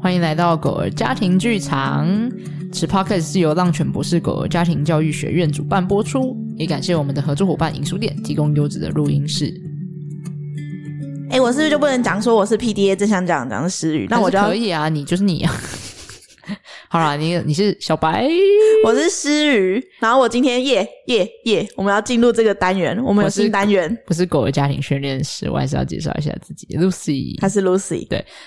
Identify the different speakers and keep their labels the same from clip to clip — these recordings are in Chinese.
Speaker 1: 欢迎来到狗儿家庭剧场。此 podcast 是由浪犬博士狗儿家庭教育学院主办播出，也感谢我们的合作伙伴影书店提供优质的录音室。
Speaker 2: 哎、我是不是就不能讲说我是 PDA 正想讲讲是诗雨？那我就
Speaker 1: 但
Speaker 2: 要
Speaker 1: 是可以啊，你就是你啊。 好啦，你你是小白，
Speaker 2: 我是诗雨，然后我今天耶耶耶，我们要进入这个单元，我们有
Speaker 1: 我是
Speaker 2: 新单元，
Speaker 1: 不是狗儿家庭训练师，我还是要介绍一下自己，Lucy。
Speaker 2: 她是 Lucy，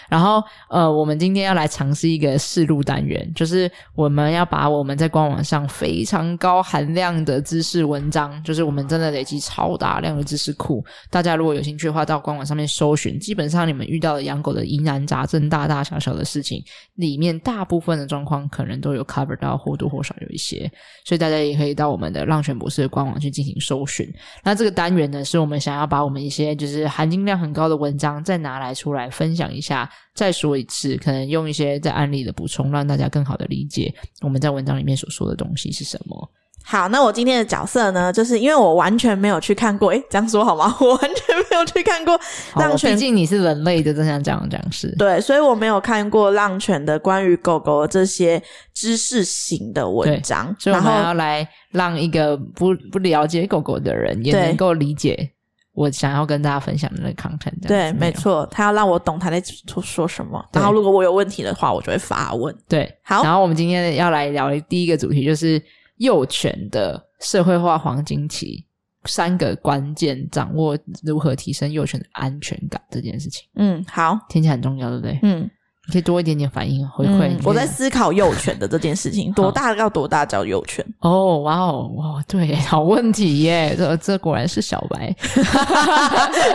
Speaker 1: 然后呃，我们今天要来尝试一个试录单元，就是我们要把我们在官网上非常高含量的知识文章，就是我们真的累积超大量的知识库。大家如果有兴趣的话，到官网上面搜寻，基本上你们遇到的养狗的疑难杂症、大大小小的事情，里面大部分的状况可能都有 cover 到，或多或少有一些。所以大家也可以到我们的浪犬博士的官网去进行搜寻。那这个单元呢，是我们想要把我们一些就是含金量很高的文章再拿来出来分享一下，再说一次，可能用一些在案例的补充，让大家更好的理解我们在文章里面所说的东西是什么。
Speaker 2: 好，那我今天的角色呢，就是因为我完全没有去看过，哎、这样说好吗？ 我完全没有去看过
Speaker 1: 好
Speaker 2: 浪
Speaker 1: 哦毕
Speaker 2: 犬，
Speaker 1: 竟你是人类的正向讲讲师，
Speaker 2: 对，所以我没有看过浪犬的关于狗狗的这些知识型的
Speaker 1: 对
Speaker 2: 文章，
Speaker 1: 所以我
Speaker 2: 然
Speaker 1: 们
Speaker 2: 后
Speaker 1: 要来让一个不不了解狗狗的人也
Speaker 2: 对
Speaker 1: 能够理解我想要跟大家分享的那个 content 这样
Speaker 2: 对，
Speaker 1: 子
Speaker 2: 没
Speaker 1: 内容
Speaker 2: 错，他要让我懂他在说说什么，
Speaker 1: 对
Speaker 2: 然后如果我有问题的话，我就会发问。
Speaker 1: 对。
Speaker 2: 好
Speaker 1: 然后我们今天要来聊第一个主题，就是幼犬的社会化黄金期，三个关键掌握如何提升幼犬的安全感这件事情，
Speaker 2: 嗯，好，
Speaker 1: 听起来很重要，对不对？
Speaker 2: 嗯，
Speaker 1: 你可以多一点点反应回馈。
Speaker 2: 嗯
Speaker 1: 你可以
Speaker 2: 我在思考幼犬的这件事 情，多大要多大叫幼犬？
Speaker 1: 哦，哇哦，哇，对耶，好问题耶，这这果然是小 白。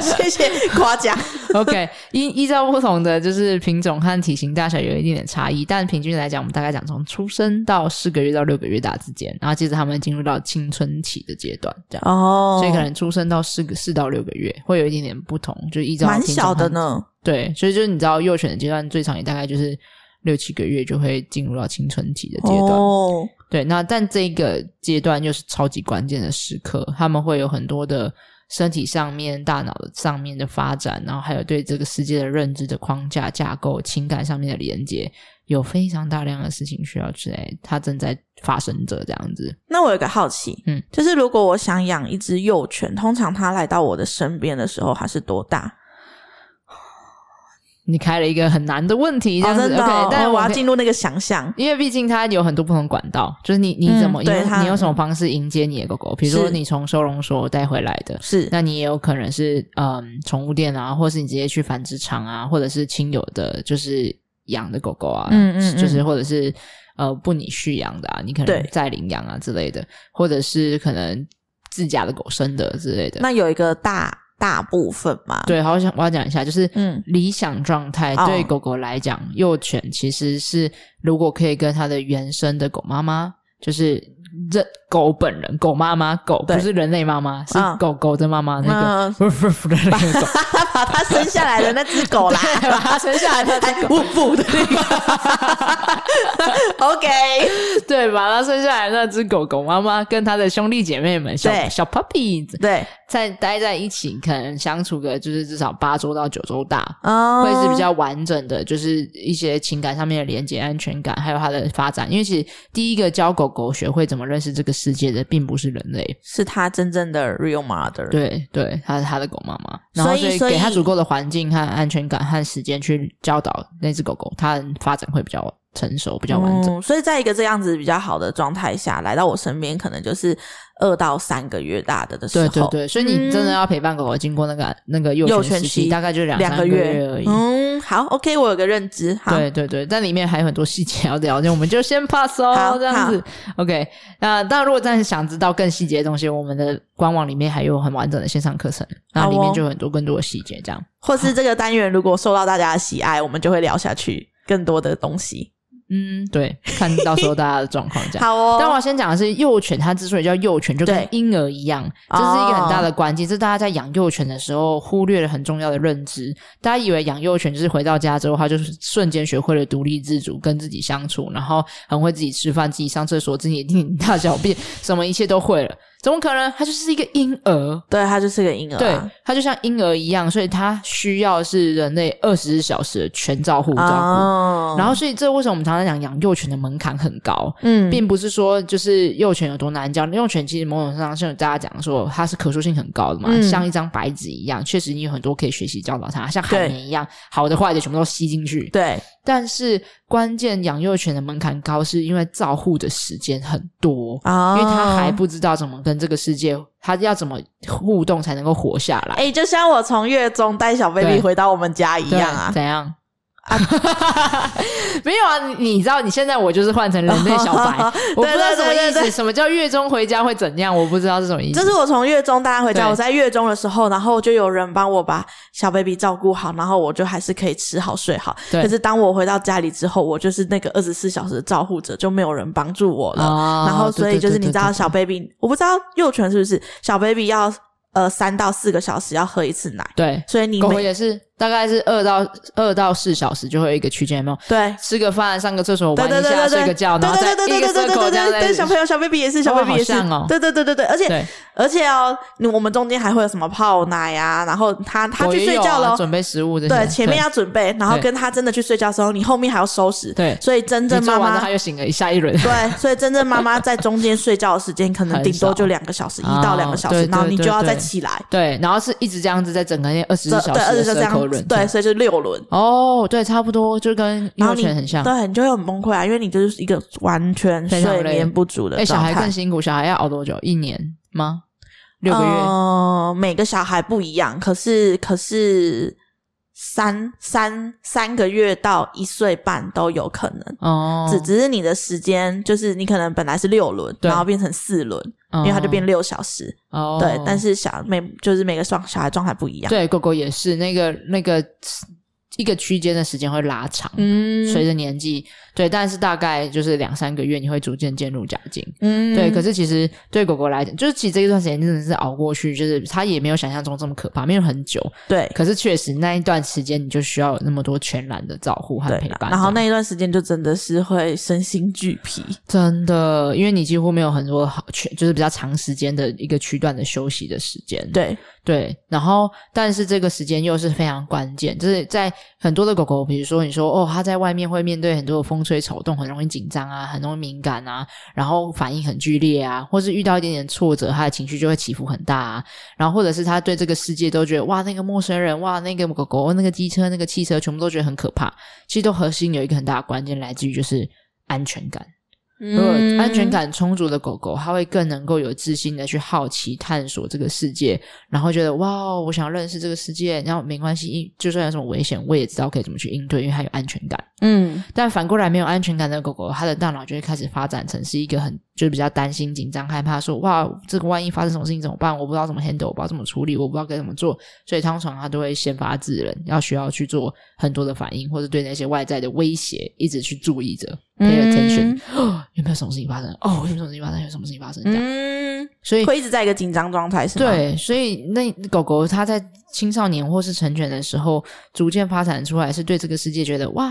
Speaker 2: 谢谢夸奖。
Speaker 1: OK，依依照不同的就是品种和体型大小有一定点差异，但平均来讲，我们大概讲从出生到四个月到六个月大之间，然后接着他们进入到青春期的阶段，这样。
Speaker 2: 哦
Speaker 1: 所以可能出生到四个四到六个月会有一点点不同，就依照
Speaker 2: 蛮
Speaker 1: 品种
Speaker 2: 小的
Speaker 1: 和。
Speaker 2: 呢。
Speaker 1: 对，所以就是你知道幼犬的阶段最长也大概就是六七个月就会进入到青春期的阶段。
Speaker 2: 哦，
Speaker 1: 对，那但这个阶段又是超级关键的时刻，他们会有很多的身体上面、大脑的上面的发展，然后还有对这个世界的认知的框架架构、情感上面的连接，有非常大量的事情需要去，哎，它正在发生着这样子。
Speaker 2: 那我有个好奇，
Speaker 1: 嗯，
Speaker 2: 就是如果我想养一只幼犬，通常它来到我的身边的时候，它是多大？
Speaker 1: 你开了一个很难的问题，这
Speaker 2: 哦，
Speaker 1: 样子、
Speaker 2: 真的
Speaker 1: OK，
Speaker 2: 哦，
Speaker 1: 但
Speaker 2: 哦我要
Speaker 1: 可以
Speaker 2: 进入那个想象。
Speaker 1: 因为毕竟它有很多不同管道，就是你你
Speaker 2: 嗯
Speaker 1: 怎么、你
Speaker 2: 对
Speaker 1: 用
Speaker 2: 它
Speaker 1: 你用什么方式迎接你的狗狗，比如说
Speaker 2: 是
Speaker 1: 你从收容所带回来的，
Speaker 2: 是，
Speaker 1: 那你也有可能是嗯宠物店啊，或是你直接去繁殖场啊，或者是亲友的，就是养的狗狗啊，
Speaker 2: 嗯嗯嗯
Speaker 1: 就是或者是呃不你续养的啊，你可能
Speaker 2: 对
Speaker 1: 再领养啊之类的，或者是可能自家的狗生的之类的。
Speaker 2: 那有一个大大部分嘛？，
Speaker 1: 对，好我想我要讲一下，就是
Speaker 2: 嗯
Speaker 1: 理想状态、
Speaker 2: 哦
Speaker 1: 对狗狗来讲，幼犬其实是如果可以跟它的原生的狗妈妈，就是认狗本人、狗妈妈、狗
Speaker 2: 对
Speaker 1: 不是人类妈妈，是
Speaker 2: 嗯
Speaker 1: 狗狗的妈妈那个。
Speaker 2: 嗯
Speaker 1: 不不不的那 个狗，
Speaker 2: 他把它生下来的那只狗啦，
Speaker 1: 对把它生下来的那
Speaker 2: 还呜 呜的那个。OK，
Speaker 1: 对，把它生下来那只狗狗妈妈跟它的兄弟姐妹们小
Speaker 2: 对
Speaker 1: 小 puppy
Speaker 2: 对，
Speaker 1: 在待在一起，可能相处个就是至少八周到九周大，
Speaker 2: 哦，
Speaker 1: 会是比较完整的，就是一些情感上面的连接、安全感，还有它的发展。因为其实第一个教狗狗学会怎么认识这个世界的，并不是人类，
Speaker 2: 是他真正的 real mother。，
Speaker 1: 对对，它是它的狗妈妈，然后
Speaker 2: 所以
Speaker 1: 以
Speaker 2: 所以
Speaker 1: 给它足够的环境和安全感和时间去教导那只狗狗，它发展会比较成熟、比较完整。
Speaker 2: 嗯。所以在一个这样子比较好的状态下来到我身边，可能就是二到三个月大的的时
Speaker 1: 对
Speaker 2: 候，嗯
Speaker 1: 对对，所以你真的要陪伴狗狗经过那个、那个幼
Speaker 2: 幼
Speaker 1: 犬
Speaker 2: 犬
Speaker 1: 时期，
Speaker 2: 期
Speaker 1: 大概就两
Speaker 2: 两
Speaker 1: 三
Speaker 2: 个
Speaker 1: 月而已。
Speaker 2: 嗯，好，OK，我有个认知。好，
Speaker 1: 对对对，但里面还有很多细节要了解，我们就先 pass 哦，
Speaker 2: 好
Speaker 1: 这样子。OK，那但如果真的想知道更细节的东西，我们的官网里面还有很完整的线上课程，那
Speaker 2: 好哦
Speaker 1: 里面就有很多更多的细节。这样，
Speaker 2: 或是这个单元如果受到大家的喜爱，我们就会聊下去更多的东西。
Speaker 1: 嗯，对，看到时候大家的状况这样。
Speaker 2: 好哦，
Speaker 1: 但我要先讲的是，幼犬它之所以叫幼犬，就跟
Speaker 2: 对哦
Speaker 1: 婴儿一样，这是一个很大的关键。这是大家在养幼犬的时候忽略了很重要的认知。大家以为养幼犬就是回到家之后，它就是瞬间学会了独立自主，跟自己相处，然后很会自己吃饭、自己上厕所、自己大小便，什么一切都会了。怎么可能？它就是一个婴儿，
Speaker 2: 对他就是个婴儿、啊，
Speaker 1: 对，它就像婴儿一样，所以它需要是人类二十四小时的全照护照顾。
Speaker 2: 哦，
Speaker 1: 然后，所以这为什么我们常常讲养幼犬的门槛很高，
Speaker 2: 嗯，
Speaker 1: 并不是说就是幼犬有多难教，幼犬其实某种程度上像大家讲说它是可塑性很高的嘛，
Speaker 2: 嗯
Speaker 1: 像一张白纸一样，确实你有很多可以学习教导它，像海绵一样，好的坏的全部都吸进去。
Speaker 2: 对
Speaker 1: 但是关键养幼犬的门槛高，是因为照护的时间很多。
Speaker 2: 啊
Speaker 1: 因为它还不知道怎么跟这个世界，它要怎么互动才能够活下来，
Speaker 2: 哎、就像我从月中带小 baby
Speaker 1: 对
Speaker 2: 回到我们家一
Speaker 1: 对
Speaker 2: 样啊，
Speaker 1: 怎样？ 没有啊，你你知道，你现在我就是换成人类小 白，我不知道什么
Speaker 2: 对对
Speaker 1: 意
Speaker 2: 对
Speaker 1: 思，
Speaker 2: 对
Speaker 1: 什么叫月中回家会怎样，我不知道是什么意思。
Speaker 2: 就是我从月中大家回家，
Speaker 1: 对
Speaker 2: 我在月中的时候，然后就有人帮我把小 baby 照顾好，然后我就还是可以吃好睡好。
Speaker 1: 对
Speaker 2: 可是当我回到家里之后，我就是那个二十四小时的照护者，就没有人帮助我了。
Speaker 1: 哦
Speaker 2: 然后所以就是
Speaker 1: 对对对
Speaker 2: 你知道
Speaker 1: 对对
Speaker 2: 小 baby，我不知道幼犬是不是小 baby 要呃三到四个小时要喝一次奶，
Speaker 1: 对，
Speaker 2: 所以你
Speaker 1: 狗狗
Speaker 2: 每
Speaker 1: 也是，大概是二到二到四小时就会有一个区间，有没有？
Speaker 2: 对。
Speaker 1: 吃个饭，上个厕所，
Speaker 2: 对
Speaker 1: 玩
Speaker 2: 对
Speaker 1: 一
Speaker 2: 对
Speaker 1: 下，
Speaker 2: 对对，
Speaker 1: 睡个觉，然后再
Speaker 2: 对对对
Speaker 1: 一
Speaker 2: 对
Speaker 1: 个
Speaker 2: 对对
Speaker 1: circle 这样
Speaker 2: 对对对，
Speaker 1: 在
Speaker 2: 小朋友小 baby 也是小
Speaker 1: 哇
Speaker 2: baby 也是
Speaker 1: 好像哦，
Speaker 2: 对对对对对，而且
Speaker 1: 对，
Speaker 2: 而且哦，你我们中间还会有什么泡奶啊，然后他他
Speaker 1: 狗
Speaker 2: 去
Speaker 1: 也
Speaker 2: 睡
Speaker 1: 有
Speaker 2: 觉
Speaker 1: 啊
Speaker 2: 了，
Speaker 1: 准备食物这些，
Speaker 2: 对，前面要准备，然后
Speaker 1: 对
Speaker 2: 跟他真的去睡觉的时候，你后面还要收拾，
Speaker 1: 对
Speaker 2: 所以真
Speaker 1: 你
Speaker 2: 正
Speaker 1: 做
Speaker 2: 妈
Speaker 1: 完了，
Speaker 2: 妈
Speaker 1: 它又醒了一下一轮，
Speaker 2: 对，所以真正妈妈在中间睡觉的时间可能
Speaker 1: 很
Speaker 2: 顶多
Speaker 1: 少
Speaker 2: 就两个小时，一
Speaker 1: 哦
Speaker 2: 到两个小
Speaker 1: 对
Speaker 2: 时，
Speaker 1: 对
Speaker 2: 然后你
Speaker 1: 对
Speaker 2: 就要
Speaker 1: 对
Speaker 2: 再起来，
Speaker 1: 对，然后是一直这样子，在整个那二十
Speaker 2: 这
Speaker 1: 四
Speaker 2: 对
Speaker 1: 小
Speaker 2: 二
Speaker 1: 时
Speaker 2: 十就
Speaker 1: 的
Speaker 2: 这
Speaker 1: circle 轮
Speaker 2: 样，，对，，所以就六轮。
Speaker 1: 哦，对，差不多就跟
Speaker 2: 然
Speaker 1: 幼
Speaker 2: 后你
Speaker 1: 犬很像，
Speaker 2: 对，你就会很崩溃啊，因为你就是一个完全
Speaker 1: 非常
Speaker 2: 睡
Speaker 1: 累
Speaker 2: 眠不足
Speaker 1: 哎、
Speaker 2: 的
Speaker 1: 小
Speaker 2: 状
Speaker 1: 孩
Speaker 2: 态
Speaker 1: 更。辛苦，小孩要熬多久？一年吗？六个月？
Speaker 2: 呃，每个小孩不一样，可是可是三三三个月到一岁半都有可能，
Speaker 1: 哦，
Speaker 2: 只只是你的时间就是你可能本来是六轮，
Speaker 1: 对
Speaker 2: 然后变成四轮，
Speaker 1: 因
Speaker 2: 因为它就变六小时。
Speaker 1: 嗯哦，
Speaker 2: 对，但是小每就是每个状小孩状态不一样。
Speaker 1: 对狗狗也是那个那个一个区间的时间会拉长。
Speaker 2: 嗯
Speaker 1: 随着年纪，对，但是大概就是两三个月，你会逐渐渐入佳境。
Speaker 2: 嗯
Speaker 1: 对，可是其实对狗狗来讲，就是其实这一段时间真的是熬过去，就是它也没有想象中这么可怕，没有很久。
Speaker 2: 对
Speaker 1: 可是确实那一段时间，你就需要有那么多全然的照护和陪
Speaker 2: 对，
Speaker 1: 伴。
Speaker 2: 然后那一段时间就真的是会身心俱疲。
Speaker 1: 真的，因为你几乎没有很多好全，就是比较长时间的一个区段的休息的时间。
Speaker 2: 对，
Speaker 1: 对，然后但是这个时间又是非常关键，就是在很多的狗狗，比如说你说哦，它在外面会面对很多的风吹草动，很容易紧张啊，很容易敏感啊，然后反应很剧烈啊，或是遇到一点点挫折，它的情绪就会起伏很大啊，然后或者是它对这个世界都觉得哇，那个陌生人，哇，那个狗狗，那个机车，那个汽车，全部都觉得很可怕。其实都核心有一个很大的关键来自于就是安全感。嗯如果安
Speaker 2: 嗯
Speaker 1: 全感充足的狗狗，它会更能够有自信的去好奇探索这个世界，然后觉得哇哦，我想认识这个世界，然后没关系，一就算有什么危险，我也知道可以怎么去应对，因为它有安全感。
Speaker 2: 嗯，
Speaker 1: 但反过来，没有安全感的狗狗，它的大脑就会开始发展成是一个很就是比较担心、紧张、害怕，说哇，哦这个万一发生什么事情怎么办？我不知道怎么 handle，我不知道怎么处理，我不知道该怎么做。所以通常它都会先发制人，要需要去做很多的反应，或者对那些外在的威胁一直去注意着，pay
Speaker 2: 嗯
Speaker 1: attention，、有哦没有什么事情发生？哦，有没有什么事情发生？有什么事情发生？这样，
Speaker 2: 嗯，
Speaker 1: 所以
Speaker 2: 会一直在一个紧张状态，是吗？，
Speaker 1: 对，所以那狗狗它在青少年或是成犬的时候，逐渐发展出来是对这个世界觉得哇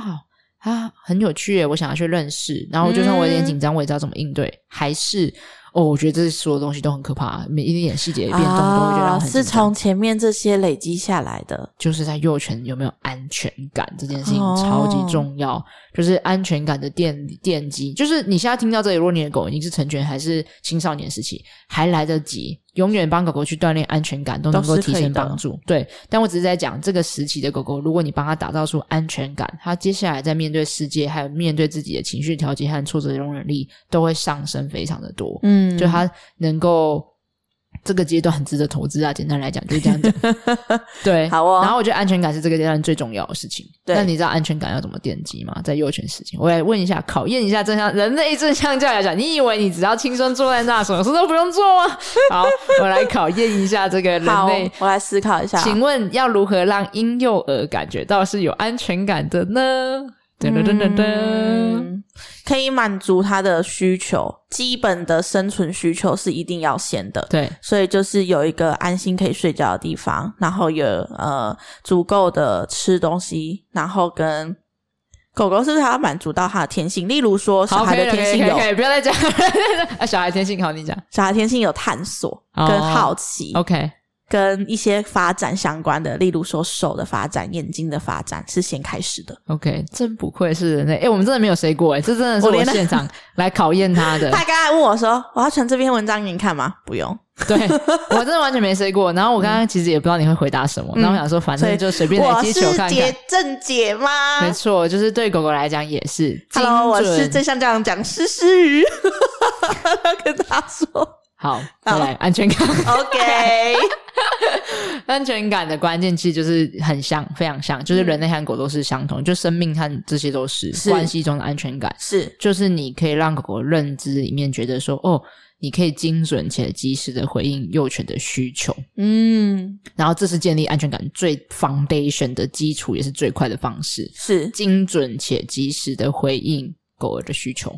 Speaker 1: 啊很有趣耶，我想要去认识。然后就算我有点紧张，我也知道怎么应对。还是哦，我觉得这所有东西都很可怕，每一点点细节变动都会觉得让我
Speaker 2: 啊，
Speaker 1: 很紧
Speaker 2: 是
Speaker 1: 张。
Speaker 2: 从前面这些累积下来的。
Speaker 1: 就是在幼犬有没有安全感这件事情超级重要，
Speaker 2: 哦
Speaker 1: 就是安全感的奠奠基。就是你现在听到这里，如果你的狗已经是成犬还是青少年时期，还来得及，永远帮狗狗去锻炼安全感，都能够
Speaker 2: 哦都是
Speaker 1: 提
Speaker 2: 可以的
Speaker 1: 升帮助。对，但我只是在讲这个时期的狗狗，如果你帮它打造出安全感，它接下来在面对世界，还有面对自己的情绪调节和挫折的容忍力，都会上升非常的多。
Speaker 2: 嗯
Speaker 1: 就它能够这个阶段很值得投资啊。简单来讲就是这样讲，对，
Speaker 2: 好哦
Speaker 1: 然后我觉得安全感是这个阶段最重要的事情。
Speaker 2: 对
Speaker 1: 那你知道安全感要怎么奠基吗？在幼犬时期，我来问一下，考验一下正向人类正向教养讲，你以为你只要轻松坐在那，什么事都不用做吗？好，我来考验一下这个人
Speaker 2: 好
Speaker 1: 类。，
Speaker 2: 我来思考一下。啊
Speaker 1: 请问要如何让婴幼儿感觉到是有安全感的呢？噔噔噔噔噔，
Speaker 2: 嗯可以满足他的需求，基本的生存需求是一定要先的。
Speaker 1: 对，
Speaker 2: 所以就是有一个安心可以睡觉的地方，然后有呃足够的吃东西，然后跟狗狗是不是还要满足到它的天性？例如说小
Speaker 1: 好，
Speaker 2: 孩
Speaker 1: 可以了，
Speaker 2: 的
Speaker 1: 可
Speaker 2: 天
Speaker 1: 以，
Speaker 2: 性
Speaker 1: 可以
Speaker 2: 有
Speaker 1: 可以，不要再讲。 啊，小孩天性好，你讲。
Speaker 2: 小孩天性有探索
Speaker 1: 哦
Speaker 2: 跟好奇，
Speaker 1: OK，
Speaker 2: 跟一些发展相关的，例如说手的发展、眼睛的发展是先开始的。
Speaker 1: OK，真不愧是人类。哎、我们真的没有谁过哎、这真的是
Speaker 2: 我
Speaker 1: 我
Speaker 2: 连那
Speaker 1: 现 场来考验他的。
Speaker 2: 他刚才问我说：“我要传这篇文章给你看吗？”不用，
Speaker 1: 对我真的完全没谁过。然后我刚刚其实也不知道你会回答什么，
Speaker 2: 嗯
Speaker 1: 然后我想说，反
Speaker 2: 所以
Speaker 1: 正就随便来
Speaker 2: 我
Speaker 1: 接
Speaker 2: 是
Speaker 1: 球看看
Speaker 2: 杰。正姐吗
Speaker 1: 没错，就是对狗狗来讲也是。
Speaker 2: ？Hello，我
Speaker 1: 精准
Speaker 2: 是正向讲讲诗诗 鱼，要跟他说
Speaker 1: 好，再来安全感。
Speaker 2: OK。
Speaker 1: 安全感的关键其实就是很像，非常像，就是人类和狗都是相同，就生命和这些都是
Speaker 2: 嗯是
Speaker 1: 关系中的安全感。
Speaker 2: 是
Speaker 1: 就是你可以让狗狗认知里面觉得说，哦，你可以精准且及时的回应幼犬的需求，
Speaker 2: 嗯，
Speaker 1: 然后这是建立安全感最 foundation 的基础，也是最快的方式。
Speaker 2: 是
Speaker 1: 精准且及时的回应狗儿的需求，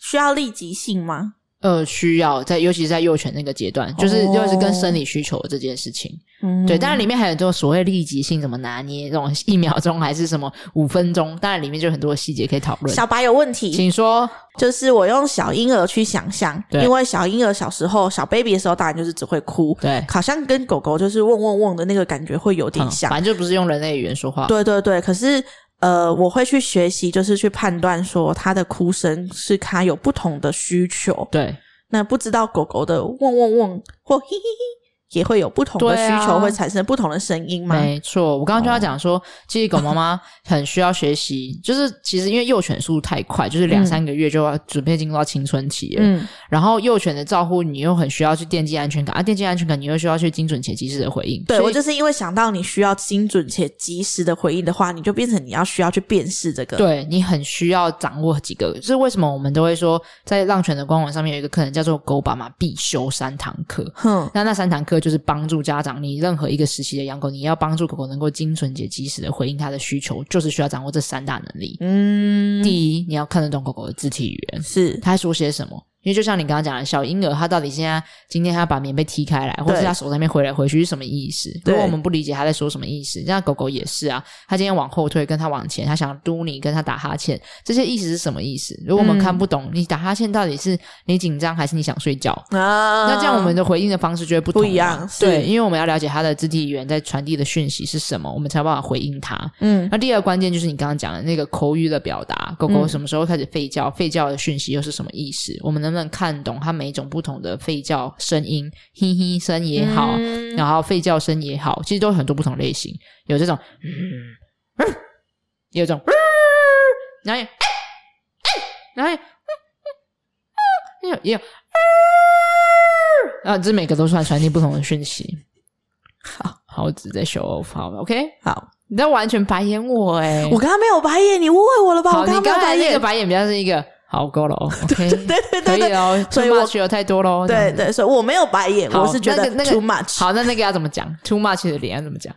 Speaker 2: 需要立即性吗？
Speaker 1: 呃，需要在尤其是在幼犬那个阶段，就是
Speaker 2: 哦
Speaker 1: 就是跟生理需求这件事情。
Speaker 2: 嗯，
Speaker 1: 对，当然里面还有这种所谓立即性怎么拿捏，这种一秒钟还是什么五分钟，当然里面就有很多细节可以讨论。
Speaker 2: 小白有问题，
Speaker 1: 请说，
Speaker 2: 就是我用小婴儿去想象，
Speaker 1: 对
Speaker 2: 因为小婴儿小时候小 baby 的时候，当然就是只会哭，
Speaker 1: 对，
Speaker 2: 好像跟狗狗就是嗡嗡嗡的那个感觉会有点
Speaker 1: 嗯
Speaker 2: 像。
Speaker 1: 反正就不是用人类语言说话。
Speaker 2: 对对对，可是呃，我会去学习，就是去判断说它的哭声是它有不同的需求。
Speaker 1: 对，
Speaker 2: 那不知道狗狗的嗡嗡嗡或嘿嘿嘿，也会有不同的
Speaker 1: 对啊
Speaker 2: 需求，会产生不同的声音吗？哦
Speaker 1: 没错，我刚刚就要讲说，其实狗妈妈很需要学习， 就是其实因为幼犬速度太快，就是两
Speaker 2: 嗯
Speaker 1: 三个月就要准备进入到青春期了。
Speaker 2: 嗯，
Speaker 1: 然后幼犬的照顾你又很需要去奠基安全感，啊，奠基安全感你又需要去精准且及时的回应。
Speaker 2: 对
Speaker 1: 所以
Speaker 2: 我就是因为想到你需要精准且及时的回应的话，你就变成你要需要去辨识这个。，
Speaker 1: 对你很需要掌握几个，就是为什么我们都会说，在浪犬的官网上面有一个课程叫做“狗爸妈必修三堂课”。
Speaker 2: 哼，
Speaker 1: 那那三堂课就是帮助家长，你任何一个时期的养狗，你要帮助狗狗能够精准且及时的回应它的需求，就是需要掌握这三大能力。
Speaker 2: 嗯，
Speaker 1: 第一，你要看得懂狗狗的肢体语言，
Speaker 2: 是
Speaker 1: 它在说些什么。因为就像你刚刚讲的，小婴儿他到底现在今天他把棉被踢开来，或者是他手在那边回来回去是什么意思？如
Speaker 2: 对
Speaker 1: 果我们不理解他在说什么意思，那狗狗也是啊，他今天往后退，跟他往前，他想要嘟你，跟他打哈欠，这些意思是什么意思？如果我们
Speaker 2: 嗯
Speaker 1: 看不懂，你打哈欠到底是你紧张还是你想睡觉？
Speaker 2: 啊，
Speaker 1: 那这样我们的回应的方式就会不同
Speaker 2: 不一样
Speaker 1: 了
Speaker 2: 是
Speaker 1: 对，因为我们要了解他的肢体语言在传递的讯息是什么，我们才有办法回应他。
Speaker 2: 嗯
Speaker 1: 那第二个关键就是你刚刚讲的那个口语的表达，狗狗什么时候开始吠叫，吠叫的讯息又是什么意思？我们能不能看懂它每一种不同的吠叫声音，嘿嘿声也好，
Speaker 2: 嗯
Speaker 1: 然后吠叫声也好，其实都有很多不同类型，有这种，嗯，有这种，嗯然后有，哎然后有嗯也有嗯也有，啊，这每个都算传递不同的讯息。好，好，我只是在 show off，好，OK。
Speaker 2: 好，
Speaker 1: 你在完全白眼我哎、
Speaker 2: 我刚刚没有白眼，你误会我了吧？
Speaker 1: 好，
Speaker 2: 我
Speaker 1: 你
Speaker 2: 刚没有
Speaker 1: 刚才
Speaker 2: 白
Speaker 1: 那个
Speaker 2: 眼，
Speaker 1: 白眼比较是一个好够了 哦，OK，
Speaker 2: 对对对
Speaker 1: 可以
Speaker 2: 对
Speaker 1: 哦，
Speaker 2: 所以
Speaker 1: too
Speaker 2: 我
Speaker 1: much 有太多喽，这
Speaker 2: 对
Speaker 1: 样子。
Speaker 2: 对，所以我没有白眼，
Speaker 1: 好
Speaker 2: 我是觉得
Speaker 1: 那个那个
Speaker 2: too much，
Speaker 1: 好，那那个要怎么讲？too much 的脸要怎么讲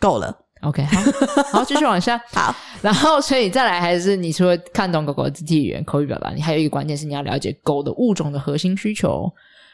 Speaker 2: 够了。
Speaker 1: ？OK，好， 好，继续往下。
Speaker 2: 好，
Speaker 1: 然后，所以再来还是你除了看懂狗狗的肢体语言、口语表达，你还有一个关键是你要了解狗的物种的核心需求。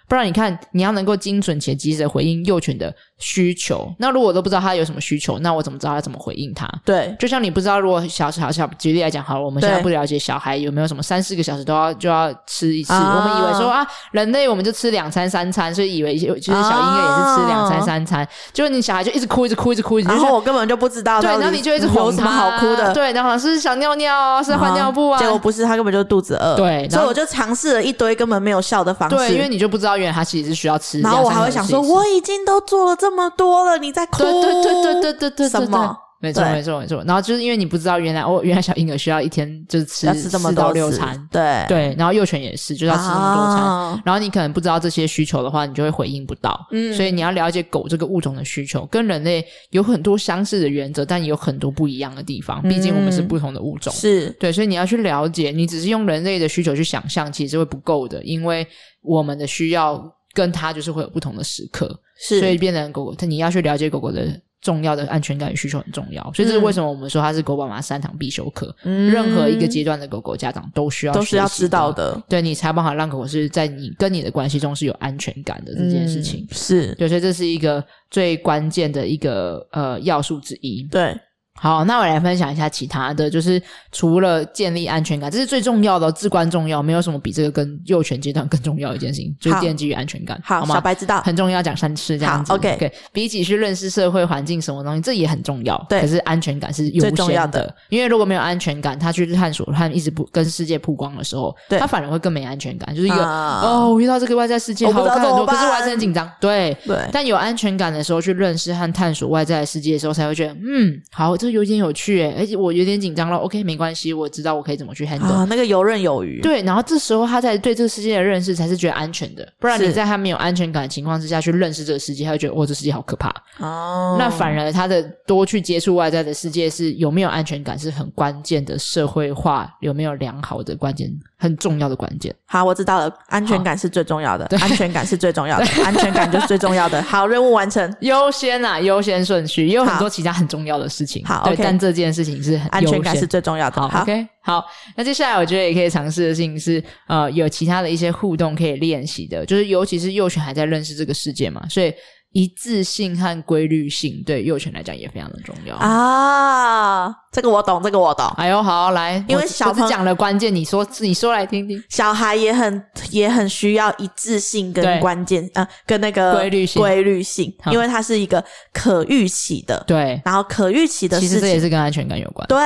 Speaker 1: 不然，你看你要能够精准且及时的回应幼犬的需求。那如果我都不知道它有什么需求，那我怎么知道它怎么回应它？
Speaker 2: 对，
Speaker 1: 就像你不知道，如果小小小举例来讲，好了，我们
Speaker 2: 对
Speaker 1: 现在不了解小孩有没有什么三四个小时都要就要吃一次，
Speaker 2: 啊
Speaker 1: 我们以为说啊，人类我们就吃两餐三餐，所以以为就是小婴儿也是吃两餐三餐，结果你小孩就一直哭，一直哭，一直哭，一直
Speaker 2: 然
Speaker 1: 就
Speaker 2: 后我根本就不知道
Speaker 1: 对，
Speaker 2: 啊到底，嗯
Speaker 1: 然后你就一直
Speaker 2: 有
Speaker 1: 哄
Speaker 2: 什
Speaker 1: 他，
Speaker 2: 么好哭的，
Speaker 1: 对，然后好像是想尿尿啊，是
Speaker 2: 啊，
Speaker 1: 换尿布啊，
Speaker 2: 结果不是，他根本就肚子饿，
Speaker 1: 对然后
Speaker 2: 所以我就尝试了一堆根本没有效的方式，
Speaker 1: 对，因为你就不知道原来他其实是需要吃，
Speaker 2: 然后我还会想说，
Speaker 1: 两三个小时一次
Speaker 2: 我已经都做了这么多了，你在哭？
Speaker 1: 对对对对对对对，
Speaker 2: 什
Speaker 1: 对
Speaker 2: 么？
Speaker 1: 没错
Speaker 2: 对
Speaker 1: 没错没错，然后就是因为你不知道原来哦，原来小婴儿需要一天就是吃
Speaker 2: 要吃这么
Speaker 1: 四
Speaker 2: 多
Speaker 1: 到六
Speaker 2: 次
Speaker 1: 餐，
Speaker 2: 对，
Speaker 1: 对，然后幼犬也是，就是要吃这么多餐。
Speaker 2: 啊
Speaker 1: 然后你可能不知道这些需求的话，你就会回应不到。
Speaker 2: 嗯
Speaker 1: 所以你要了解狗这个物种的需求，跟人类有很多相似的原则，但也有很多不一样的地方。毕竟我们是
Speaker 2: 嗯
Speaker 1: 不同的物种，
Speaker 2: 是
Speaker 1: 对，所以你要去了解。你只是用人类的需求去想象，其实是会不够的，因为我们的需要跟它就是会有不同的时刻，所以
Speaker 2: 是
Speaker 1: 变成狗狗，它你要去了解狗狗的。重要的安全感与需求很重要，所
Speaker 2: 嗯
Speaker 1: 以这是为什么我们说它是狗爸妈三堂必修课，任何一个阶段的狗狗家长都需要
Speaker 2: 都是要
Speaker 1: 学习
Speaker 2: 知道
Speaker 1: 的，
Speaker 2: 的
Speaker 1: 对你才有办法让狗狗是在你跟你的关系中是有安全感的这件事情。
Speaker 2: 嗯是
Speaker 1: 对，所以这是一个最关键的一个呃要素之一。
Speaker 2: 对，
Speaker 1: 好，那我来分享一下其他的，就是除了建立安全感，这是最重要的哦，至关重要，没有什么比这个跟幼犬阶段更重要的一件事情，就是
Speaker 2: 好
Speaker 1: 建基于安全感，好
Speaker 2: 好，
Speaker 1: 吗
Speaker 2: 小？白知道，
Speaker 1: 很重要，讲三次这样子。
Speaker 2: 好，OK
Speaker 1: 对，比起去认识社会环境什么东西，这也很重要。
Speaker 2: 对
Speaker 1: 可是安全感是优先
Speaker 2: 最重要的
Speaker 1: 因为如果没有安全感，他去探索和一直不跟世界曝光的时候，
Speaker 2: 对
Speaker 1: 他反而会更没安全感，就是一个、
Speaker 2: 啊
Speaker 1: 哦，我遇到这个外在世界，
Speaker 2: 我不
Speaker 1: 好
Speaker 2: 知道
Speaker 1: 看很
Speaker 2: 怎
Speaker 1: 多，
Speaker 2: 么
Speaker 1: 可是我还
Speaker 2: 办
Speaker 1: 是很紧张。对，
Speaker 2: 对，
Speaker 1: 但有安全感的时候，去认识和探索外在的世界的时候，才会觉得，嗯，好，这有点有趣诶，而且我有点紧张了，OK，没关系，我知道我可以怎么去 handle。
Speaker 2: 啊，那个游刃有余，
Speaker 1: 对，然后这时候他在对这个世界的认识才是觉得安全的，不然你
Speaker 2: 是
Speaker 1: 在他没有安全感的情况之下去认识这个世界，他会觉得哦，这世界好可怕。
Speaker 2: 哦，
Speaker 1: 那反而他的多去接触外在的世界是有没有安全感是很关键的，社会化有没有良好的关键，很重要的关键。
Speaker 2: 好，我知道了，安 全感是最重要的，安全感是最重要的，安全感就是最重要的。好，任务完 成，
Speaker 1: 优先啊，优先顺序，也有很
Speaker 2: 好
Speaker 1: 多其他很重要的事情。
Speaker 2: 好
Speaker 1: 对
Speaker 2: OK
Speaker 1: 但这件事情是很
Speaker 2: 安全
Speaker 1: 优
Speaker 2: 感
Speaker 1: 先
Speaker 2: 是最重要的。
Speaker 1: 好 o k 好。那接下来我觉得也可以尝试的事情是，呃，有其他的一些互动可以练习的，就是尤其是幼犬还在认识这个世界嘛，所以一致性和规律性对幼犬来讲也非常的重要。
Speaker 2: 啊，这个我懂，这个我懂。
Speaker 1: 哎呦，好来，
Speaker 2: 因为
Speaker 1: 我
Speaker 2: 小
Speaker 1: 我只
Speaker 2: 朋友
Speaker 1: 讲了关键，你说你说来听听。
Speaker 2: 小孩也很也很需要一致性
Speaker 1: 对
Speaker 2: 跟关键呃跟那个
Speaker 1: 规律性
Speaker 2: 规律性
Speaker 1: 好，
Speaker 2: 因为它是一个可预期的，
Speaker 1: 对，
Speaker 2: 然后可预期的
Speaker 1: 其
Speaker 2: 事
Speaker 1: 实这也
Speaker 2: 情。
Speaker 1: 是跟安全感有关。
Speaker 2: 对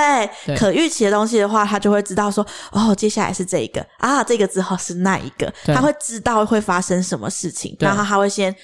Speaker 1: 对
Speaker 2: 可预期的东西的话，他就会知道说，哦，接下来是这一个啊，这个之后是那一个，
Speaker 1: 对
Speaker 2: 他会知道会发生什么事情，
Speaker 1: 对
Speaker 2: 然后他会先，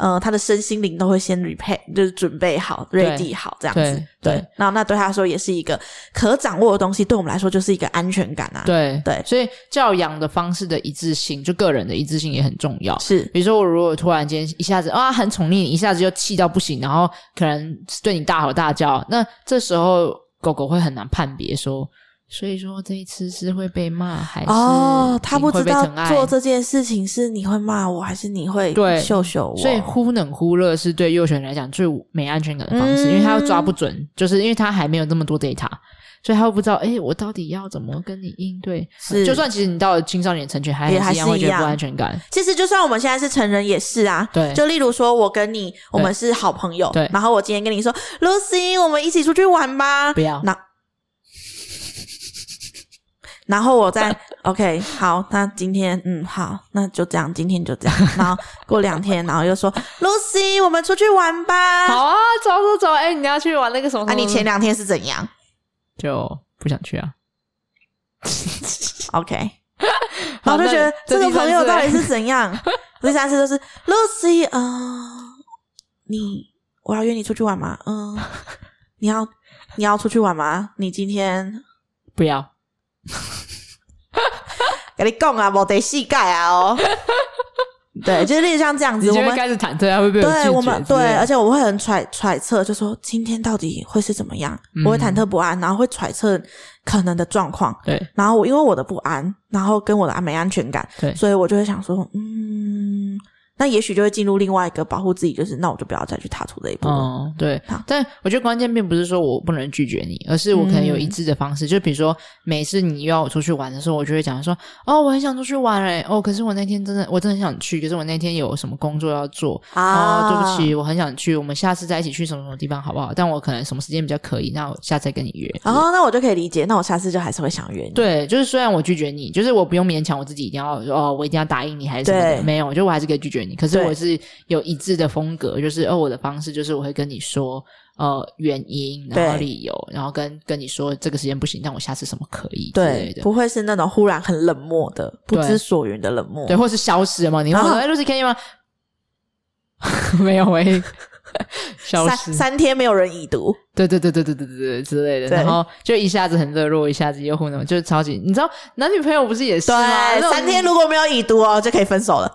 Speaker 2: 呃，他的身心灵都会先 repair，就是准备好、
Speaker 1: 对
Speaker 2: ready 好这样子。
Speaker 1: 对对
Speaker 2: 然后那对他来说也是一个可掌握的东西，对我们来说就是一个安全感啊。，
Speaker 1: 对
Speaker 2: 对
Speaker 1: 所以教养的方式的一致性，就个人的一致性也很重要。
Speaker 2: 是
Speaker 1: 比如说，我如果突然间一下子啊很宠溺你，一下子就气到不行，然后可能对你大吼大叫，那这时候狗狗会很难判别说，所以说这一次是会被骂还是
Speaker 2: 哦，他不
Speaker 1: 会
Speaker 2: 知
Speaker 1: 被
Speaker 2: 道
Speaker 1: 疼爱
Speaker 2: 做这件事情是你会骂我，还是你会
Speaker 1: 对
Speaker 2: 秀秀我。
Speaker 1: 所以忽冷忽热是对幼犬来讲最没安全感的方式，
Speaker 2: 嗯
Speaker 1: 因为它抓不准，就是因为它还没有那么多 data，所以它会不知道，哎、我到底要怎么跟你应对？
Speaker 2: 是
Speaker 1: 就算其实你到了青少年成犬，还
Speaker 2: 也还
Speaker 1: 是一样会
Speaker 2: 是一
Speaker 1: 觉得不
Speaker 2: 样
Speaker 1: 安全感。
Speaker 2: 其实就算我们现在是成人也是啊。
Speaker 1: 对
Speaker 2: 就例如说，我跟你，我们是好朋友，
Speaker 1: 对
Speaker 2: 然后我今天跟你说，Lucy，我们一起出去玩吧。
Speaker 1: 不要
Speaker 2: 那，然后我再 OK，好，那今天嗯好，那就这样，今天就这样。然后过两天，然后又说，Lucy，我们出去玩吧。
Speaker 1: 好啊，走走走，哎、你要去玩那个什么什
Speaker 2: 啊，
Speaker 1: 么
Speaker 2: 你
Speaker 1: 什么
Speaker 2: 前两天是怎样
Speaker 1: 就不想去啊。
Speaker 2: ？OK，然后就觉得
Speaker 1: 这
Speaker 2: 这个
Speaker 1: 第三
Speaker 2: 朋友
Speaker 1: 次
Speaker 2: 到底
Speaker 1: 欸
Speaker 2: 是怎样？ 第三次就是 Lucy，嗯、你我要约你出去玩吗？嗯、你要你要出去玩吗？你今天
Speaker 1: 不要，
Speaker 2: 跟你讲啊，我得细盖啊 哦。对，就是类似像这样
Speaker 1: 你
Speaker 2: 子，
Speaker 1: 就
Speaker 2: 我
Speaker 1: 会
Speaker 2: 们
Speaker 1: 开始忐忑，他会被拒
Speaker 2: 对
Speaker 1: 绝
Speaker 2: 我们
Speaker 1: 之类
Speaker 2: 对，
Speaker 1: 的
Speaker 2: 而且我会很揣揣测，就说今天到底会是怎么样，
Speaker 1: 嗯
Speaker 2: 我会忐忑不安，然后会揣测可能的状况。
Speaker 1: 对
Speaker 2: 然后我因为我的不安，然后跟我的没安全感，
Speaker 1: 对
Speaker 2: 所以我就会想说，嗯，那也许就会进入另外一个保护自己，就是那我就不要再去踏出这一步了。
Speaker 1: 嗯，对
Speaker 2: 好，
Speaker 1: 但我觉得关键并不是说我不能拒绝你，而是我可能
Speaker 2: 嗯
Speaker 1: 有一致的方式，就比如说每次你约我出去玩的时候，我就会讲说，哦，我很想出去玩哎、哦，可是我那天真的我真的很想去，可是我那天有什么工作要做，
Speaker 2: 啊
Speaker 1: 哦，对不起，我很想去，我们下次再一起去什么什么地方好不好？但我可能什么时间比较可以，那我下次再跟你约。
Speaker 2: 然后那我就可以理解，那我下次就还是会想约你。
Speaker 1: 对，就是虽然我拒绝你，就是我不用勉强我自己一定要说哦，我一定要答应你还是什么的，
Speaker 2: 对
Speaker 1: 没有，就我还是可以拒绝你。可是
Speaker 2: 对
Speaker 1: 我是有一致的风格，就是哦，我的方式就是我会跟你说呃原因，然后
Speaker 2: 对
Speaker 1: 理由，然后跟跟你说这个时间不行，但我下次什么可以之类
Speaker 2: 对
Speaker 1: 的，
Speaker 2: 不会是那种忽然很冷漠的、不
Speaker 1: 对
Speaker 2: 知所云的冷漠。
Speaker 1: 对，或是消失了嘛？你会
Speaker 2: 然后
Speaker 1: 说哎，Lucy 可以吗？ 没有 喂，消
Speaker 2: 三
Speaker 1: 失，
Speaker 2: 三天没有人已读，
Speaker 1: 对对对对对对对对之类的，
Speaker 2: 对
Speaker 1: 然后就一下子很热络，一下子又糊弄，就是超级，你知道男女朋友不是也是
Speaker 2: 对
Speaker 1: 吗？那，种
Speaker 2: 三天如果没有已读哦，就可以分 手了。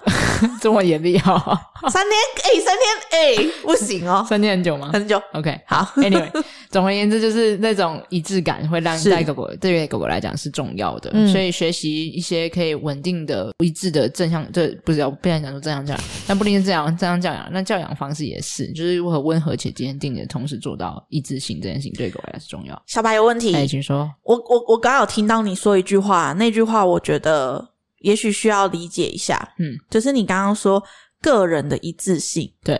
Speaker 1: 这么严厉哦，
Speaker 2: 三天，哎、三天，哎、不行哦，
Speaker 1: 三天很久吗？
Speaker 2: 很久。
Speaker 1: OK，
Speaker 2: 好
Speaker 1: Anyway，总而言之，就是那种一致感会让
Speaker 2: 是
Speaker 1: 带狗狗对于狗狗来讲是重要的，
Speaker 2: 嗯
Speaker 1: 所以学习一些可以稳定的、一致的正向，这不是我不想讲说正向教养，但不一定是这样正向教养，那教养方式也是，就是如何温和且坚定的同时做到一致性这件事情，对狗来讲是重要。
Speaker 2: 小白有问题，
Speaker 1: 哎，请说。
Speaker 2: 我我我刚有听到你说一句话，那句话我觉得也许需要理解一下，
Speaker 1: 嗯，
Speaker 2: 就是你刚刚说个人的一致性，
Speaker 1: 对，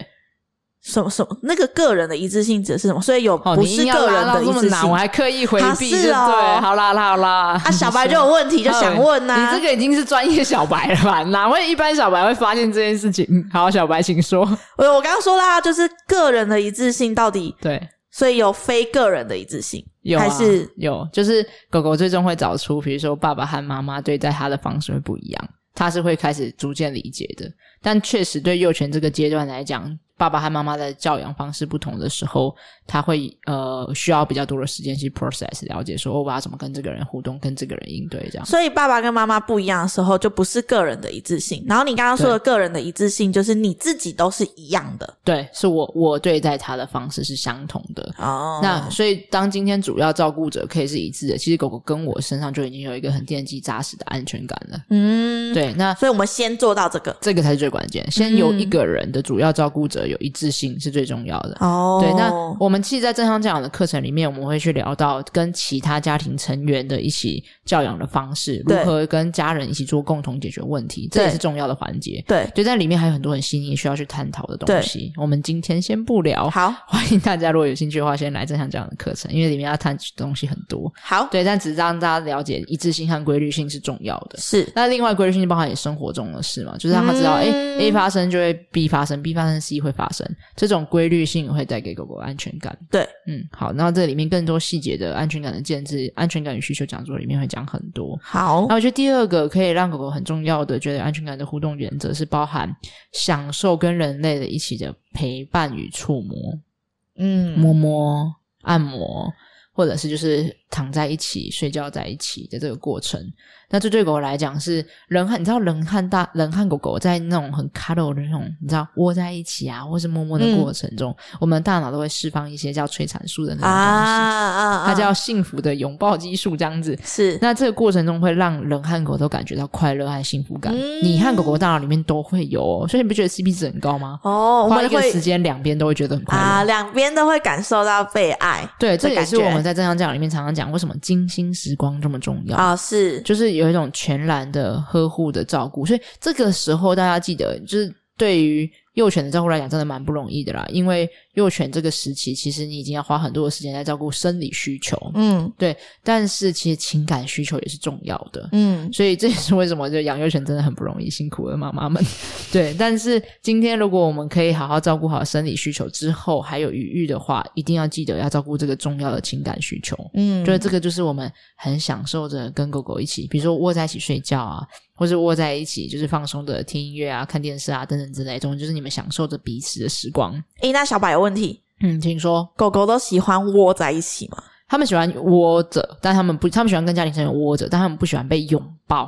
Speaker 2: 什么什么那个个人的一致性指的是什么？所以有
Speaker 1: 哦，
Speaker 2: 不
Speaker 1: 你
Speaker 2: 是
Speaker 1: 硬要
Speaker 2: 个
Speaker 1: 拉
Speaker 2: 人
Speaker 1: 到
Speaker 2: 的一
Speaker 1: 这么
Speaker 2: 致
Speaker 1: 难，
Speaker 2: 性
Speaker 1: 我还刻意回
Speaker 2: 啊
Speaker 1: 避，
Speaker 2: 是
Speaker 1: 对不
Speaker 2: 哦
Speaker 1: 对，好啦好啦
Speaker 2: 啊，小白就有问题，就想问啊呐、
Speaker 1: 哦你这个已经是专业小白了吧？ 哪会一般小白会发现这件事情？ 好，小白请说。
Speaker 2: 我我刚刚说啦，就是个人的一致性到底，
Speaker 1: 对，
Speaker 2: 所以有非个人的一致性，
Speaker 1: 有、啊、
Speaker 2: 还是
Speaker 1: 有，就是狗狗最终会找出，比如说爸爸和妈妈对待它的方式会不一样，它是会开始逐渐理解的。但确实对幼犬这个阶段来讲，爸爸和妈妈的教养方式不同的时候，它会呃需要比较多的时间去 process 了解说，哦我要怎么跟这个人互动，跟这个人应对这样。
Speaker 2: 所以爸爸跟妈妈不一样的时候，就不是个人的一致性。然后你刚刚说的个人的一致性，就是你自己都是一样的
Speaker 1: 对，是我我对待它的方式是相同的，
Speaker 2: 哦
Speaker 1: 那所以，当今天主要照顾者可以是一致的，其实狗狗跟我身上就已经有一个很奠基扎实的安全感了。
Speaker 2: 嗯，
Speaker 1: 对，那
Speaker 2: 所以我们先做到这个
Speaker 1: 这个才是最关键，先有
Speaker 2: 嗯
Speaker 1: 一个人的主要照顾者有一致性是最重要的。
Speaker 2: 哦
Speaker 1: 对，那我们其实，在正向教养的课程里面，我们会去聊到跟其他家庭成员的一起教养的方式，如
Speaker 2: 对
Speaker 1: 何跟家人一起做共同解决问题，这也
Speaker 2: 对
Speaker 1: 是重要的环节。
Speaker 2: 对
Speaker 1: 对，在里面还有很多很新颖需要去探讨的东
Speaker 2: 对
Speaker 1: 西，我们今天先不聊。
Speaker 2: 好
Speaker 1: 欢迎大家如果有兴趣的话，先来正向教养的课程，因为里面要探东西很多。
Speaker 2: 好
Speaker 1: 对，但只是让大家了解一致性和规律性是重要的。
Speaker 2: 是
Speaker 1: 那另外规律性包含你生活中的事嘛，就是让他知道，哎、
Speaker 2: 嗯
Speaker 1: a 发生就会 B 发生，B 发生 C 会发生，这种规律性会带给狗狗安全感。
Speaker 2: 对，
Speaker 1: 嗯，好，那这里面更多细节的安全感的建制、安全感与需求讲座里面会讲很多。
Speaker 2: 好
Speaker 1: 那我觉得第二个可以让狗狗很重要的觉得有安全感的互动原则是包含享受跟人类的一起的陪伴与触摸，
Speaker 2: 嗯
Speaker 1: 摸摸、按摩，或者是就是躺在一起、睡觉在一起的这个过程。那这对狗狗来讲是人和你知道人和大人和狗狗在那种很 cuddle 的那种你知道窝在一起啊，或是摸摸的过程中，我们大脑都会释放一些叫催产素的那
Speaker 2: 啊
Speaker 1: 种东西。
Speaker 2: 啊，
Speaker 1: 它叫幸福的拥抱激素，这样子，
Speaker 2: 是
Speaker 1: 那这个过程中会让人和狗都感觉到快乐和幸福感，
Speaker 2: 嗯
Speaker 1: 你和狗狗大脑里面都会有哦、所以你不觉得 CP 值很高吗？
Speaker 2: 哦，我
Speaker 1: 花一
Speaker 2: 们
Speaker 1: 个时
Speaker 2: 会
Speaker 1: 间，两边都会觉得很快乐。
Speaker 2: 啊，两边都会感受到被爱
Speaker 1: 对，这也
Speaker 2: 的感
Speaker 1: 是我
Speaker 2: 觉
Speaker 1: 们在正向教养里面常常讲，为什么精心时光这么重要。
Speaker 2: 啊，是
Speaker 1: 就是有一种全然的呵护的照顾，所以这个时候大家记得，就是对于幼犬的照顾来讲，真的蛮不容易的啦。因为幼犬这个时期，其实你已经要花很多的时间在照顾生理需求，
Speaker 2: 嗯
Speaker 1: 但是其实情感需求也是重要的。
Speaker 2: 嗯
Speaker 1: 所以这也是为什么就养幼犬真的很不容易，辛苦了妈妈们。对，但是今天如果我们可以好好照顾好生理需求之后，还有余裕的话，一定要记得要照顾这个重要的情感需求。
Speaker 2: 嗯，
Speaker 1: 就是这个，就是我们很享受着跟狗狗一起，比如说窝在一起睡觉啊，或者窝在一起就是放松的听音乐啊、看电视啊等等之类，总之就是你们享受着彼此的时光。
Speaker 2: 诶，那小白有问题，
Speaker 1: 嗯，请说，
Speaker 2: 狗狗都喜欢窝在一起吗？
Speaker 1: 他们喜欢窝着，但他们不，他们喜欢跟家庭成员窝着，但他们不喜欢被拥抱。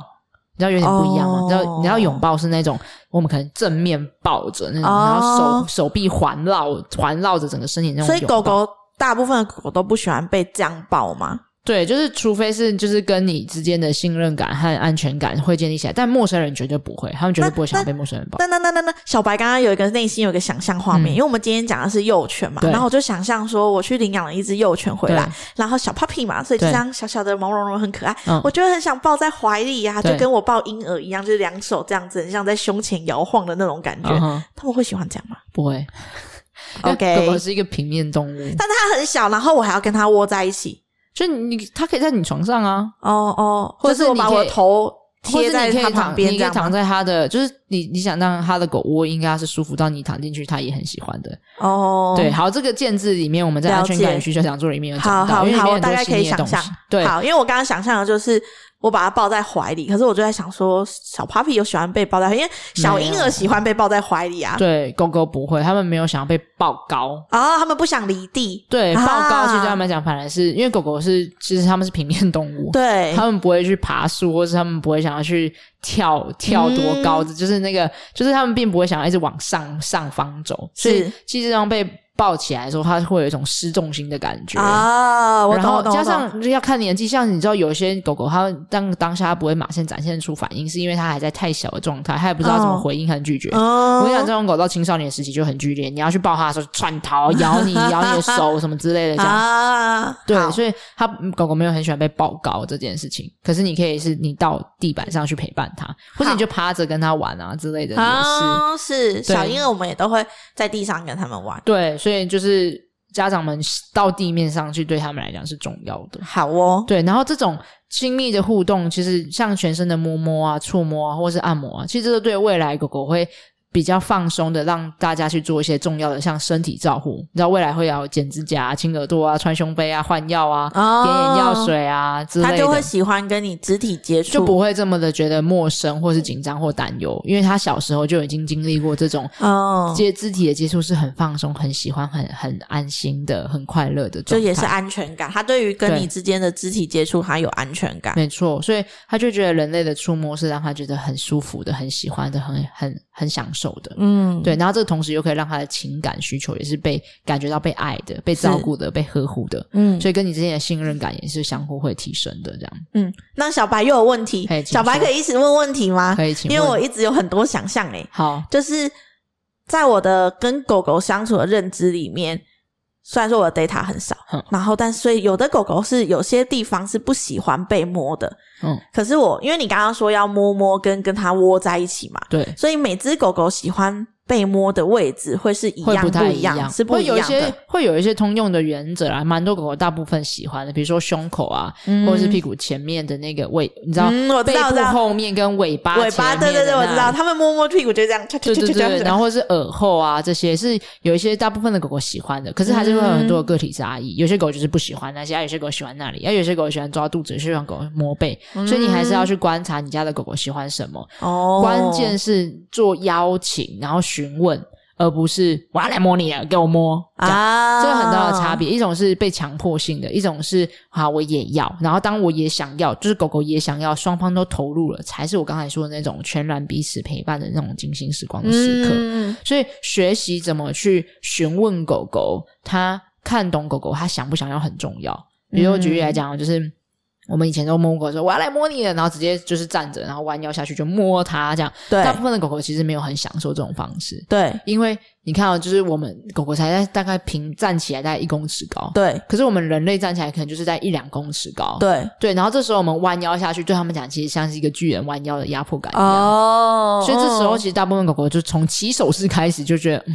Speaker 1: 你知道有点不一样吗
Speaker 2: 哦
Speaker 1: 你知道，你知道拥抱是那种我们可能正面抱着那种
Speaker 2: 哦
Speaker 1: 然后手手臂环绕环绕着整个身体那种
Speaker 2: 所以
Speaker 1: 拥抱
Speaker 2: 狗狗大部分的狗狗都不喜欢被这样抱吗？
Speaker 1: 对，就是除非是就是跟你之间的信任感和安全感会建立起来，但陌生人绝对不会，他们绝对不会想要被陌生人抱。
Speaker 2: 那那那那那，小白刚刚有一个内心有一个想象画面，
Speaker 1: 嗯
Speaker 2: 因为我们今天讲的是幼犬嘛，
Speaker 1: 对
Speaker 2: 然后我就想象说我去领养了一只幼犬回来
Speaker 1: 对，
Speaker 2: 然后小 puppy 嘛，所以就
Speaker 1: 对
Speaker 2: 这样小小的毛茸茸很可爱，
Speaker 1: 嗯
Speaker 2: 我就会很想抱在怀里呀、
Speaker 1: 对
Speaker 2: 就跟我抱婴儿一样，就是两手这样子，很像在胸前摇晃的那种感觉。
Speaker 1: 嗯哼，
Speaker 2: 他们会喜欢这样吗？
Speaker 1: 不会。
Speaker 2: OK
Speaker 1: 狗狗是一个平面动物，
Speaker 2: 但它很小，然后我还要跟它窝在一起。
Speaker 1: 就你它可以在你床上啊，
Speaker 2: 哦哦，
Speaker 1: 或
Speaker 2: 或
Speaker 1: 者
Speaker 2: 者
Speaker 1: 是
Speaker 2: 我
Speaker 1: 你
Speaker 2: 把
Speaker 1: 可
Speaker 2: 我
Speaker 1: 以
Speaker 2: 的头
Speaker 1: 或
Speaker 2: 贴
Speaker 1: 者
Speaker 2: 在
Speaker 1: 你可
Speaker 2: 它
Speaker 1: 以
Speaker 2: 旁
Speaker 1: 躺，
Speaker 2: 边
Speaker 1: 你
Speaker 2: 这
Speaker 1: 可以
Speaker 2: 样
Speaker 1: 躺
Speaker 2: 吗。
Speaker 1: 在它的，就是你你想让它的狗窝应该是舒服到你躺进去，它也很喜欢的。
Speaker 2: 哦，
Speaker 1: 对，，好，这个建制里面我们在
Speaker 2: 了
Speaker 1: 安全感
Speaker 2: 解
Speaker 1: 与需求讲座里面有
Speaker 2: 好
Speaker 1: 讲
Speaker 2: 好
Speaker 1: 到，因为里
Speaker 2: 好，
Speaker 1: 面
Speaker 2: 我
Speaker 1: 很
Speaker 2: 大
Speaker 1: 多
Speaker 2: 概
Speaker 1: 细
Speaker 2: 可以
Speaker 1: 腻的
Speaker 2: 想
Speaker 1: 东西
Speaker 2: 象。。
Speaker 1: 对，
Speaker 2: 好，因为我刚刚想象的就是我把它抱在怀里，可是我就在想说，小 puppy 有喜欢被抱在，因为小婴
Speaker 1: 没
Speaker 2: 儿
Speaker 1: 有
Speaker 2: 喜欢被抱在怀里啊。
Speaker 1: 对，狗狗不会，它们没有想要被抱高，
Speaker 2: 啊、他们不想离地。
Speaker 1: 对，
Speaker 2: 啊
Speaker 1: 抱高其实对他们来讲，反而是因为狗狗是其实它们是平面动物，
Speaker 2: 对，
Speaker 1: 它们不会去爬树，或是它们不会想要去跳跳多
Speaker 2: 嗯
Speaker 1: 高，就是那个就是它们并不会想要一直往上上方走，所以
Speaker 2: 是
Speaker 1: 其实上被抱起来的时候，它会有一种失重心的感觉。
Speaker 2: 啊，我
Speaker 1: 然
Speaker 2: 懂，
Speaker 1: 后
Speaker 2: 我懂，
Speaker 1: 加
Speaker 2: 我懂
Speaker 1: 上要看年纪，像你知道，有些狗狗它当当下它不会马上展现出反应，是因为它还在太小的状态，它也不知道怎么
Speaker 2: 哦
Speaker 1: 回应和拒绝。
Speaker 2: 嗯，
Speaker 1: 我跟你讲，这种狗到青少年时期就很剧烈，你要去抱它的时候，窜逃、咬你、咬你的手什么之类的，这样。
Speaker 2: 啊，
Speaker 1: 对，
Speaker 2: 好
Speaker 1: 所以它嗯狗狗没有很喜欢被抱高这件事情。可是你可以是你到地板上去陪伴它，或者
Speaker 2: 好
Speaker 1: 你就趴着跟它玩啊之类的也是。
Speaker 2: 啊是
Speaker 1: 对
Speaker 2: 小婴儿，我们也都会在地上跟他们玩。
Speaker 1: 对，所以就是家长们到地面上去，对他们来讲是重要的。
Speaker 2: 好哦，
Speaker 1: 对，然后这种亲密的互动，其实像全身的摸摸啊、触摸啊，或是按摩啊，其实这个对未来狗狗会比较放松的，让大家去做一些重要的，像身体照护。你知道未来会要剪指甲、啊、亲耳朵啊、穿胸杯啊、换药啊、
Speaker 2: 哦
Speaker 1: 点眼药，水啊之
Speaker 2: 他
Speaker 1: 类
Speaker 2: 就会
Speaker 1: 的。
Speaker 2: 喜欢跟你肢体接触，
Speaker 1: 就不会这么的觉得陌生，或是紧张或担忧，因为他小时候就已经经历过这种
Speaker 2: 嗯，
Speaker 1: 接肢体的接触，是很放松、很喜欢、很很安心的、很快乐的状态。
Speaker 2: 就也是安全感。他对于跟
Speaker 1: 对
Speaker 2: 你之间的肢体接触，他有安全感。
Speaker 1: 没错，所以他就觉得人类的触摸是让他觉得很舒服的、很喜欢的、很很很享受的。
Speaker 2: 嗯，
Speaker 1: 对，然后这个同时又可以让他的情感需求也是被感觉到被爱的、被照顾的、被呵护的，
Speaker 2: 嗯
Speaker 1: 所以跟你之间的信任感也是相互会提升的。这样
Speaker 2: 嗯。那小白又有问题
Speaker 1: 嘿，请
Speaker 2: 小白
Speaker 1: 说
Speaker 2: 可以一直问问题吗？
Speaker 1: 可以请问，
Speaker 2: 啊因为我一直有很多想象欸诶、
Speaker 1: 好
Speaker 2: 就是在我的跟狗狗相处的认知里面，虽然说我的 data 很少
Speaker 1: 嗯，
Speaker 2: 然后但所以有的狗狗是有些地方是不喜欢被摸的，
Speaker 1: 嗯，
Speaker 2: 可是我因为你刚刚说要摸摸跟跟它窝在一起嘛，
Speaker 1: 对，
Speaker 2: 所以每只狗狗喜欢被摸的位置会是一
Speaker 1: 会
Speaker 2: 样
Speaker 1: 太
Speaker 2: 一样，是不
Speaker 1: 会
Speaker 2: 一
Speaker 1: 有一
Speaker 2: 样
Speaker 1: 些
Speaker 2: 的，
Speaker 1: 会有一些通用的原则啦，蛮多狗狗大部分喜欢的，比如说胸口啊，
Speaker 2: 嗯
Speaker 1: 或者是屁股前面的那个位，你知道。
Speaker 2: 嗯，我知
Speaker 1: 背
Speaker 2: 道，我知
Speaker 1: 部
Speaker 2: 道，
Speaker 1: 后面跟尾巴前
Speaker 2: 尾
Speaker 1: 面的那
Speaker 2: 巴，
Speaker 1: 里，
Speaker 2: 对对对，我知 道，他们摸摸屁股就这样，对
Speaker 1: 对对对，然后或是耳后啊，这些是有一些大部分的狗狗喜欢的，可是还是会有很
Speaker 2: 嗯
Speaker 1: 多的个体差异。有些狗就是不喜欢那些，啊有些狗喜欢那里，啊，有些狗喜欢抓肚子，有些狗摸背，所以你还是
Speaker 2: 嗯
Speaker 1: 要去观察你家的狗狗喜欢什么。
Speaker 2: 哦，
Speaker 1: 关键是做邀请，然后询问，而不是我要来摸你了，给我摸。这样
Speaker 2: 啊，
Speaker 1: 这个很大的差别，一种是被强迫性的，一种是啊我也要，然后当我也想要，就是狗狗也想要，双方都投入了，才是我刚才说的那种全然彼此陪伴的那种精心时光的时刻。
Speaker 2: 嗯
Speaker 1: 所以学习怎么去询问狗狗，它看懂狗狗，它想不想要很重要。比如我举例
Speaker 2: 嗯
Speaker 1: 来讲，就是我们以前都摸狗说我要来摸你了，然后直接就是站着，然后弯腰下去就摸它这样。
Speaker 2: 对
Speaker 1: 大部分的狗狗其实没有很享受这种方式，
Speaker 2: 对
Speaker 1: 因为你看哦，就是我们狗狗才在大概平站起来大概一公尺高，
Speaker 2: 对
Speaker 1: 可是我们人类站起来可能就是在一两公尺高。
Speaker 2: 对
Speaker 1: 对，然后这时候我们弯腰下去，对他们讲，其实像是一个巨人弯腰的压迫感一样。
Speaker 2: 哦，
Speaker 1: 所以这时候
Speaker 2: 哦
Speaker 1: 其实大部分狗狗就从起手式开始就觉得，嗯、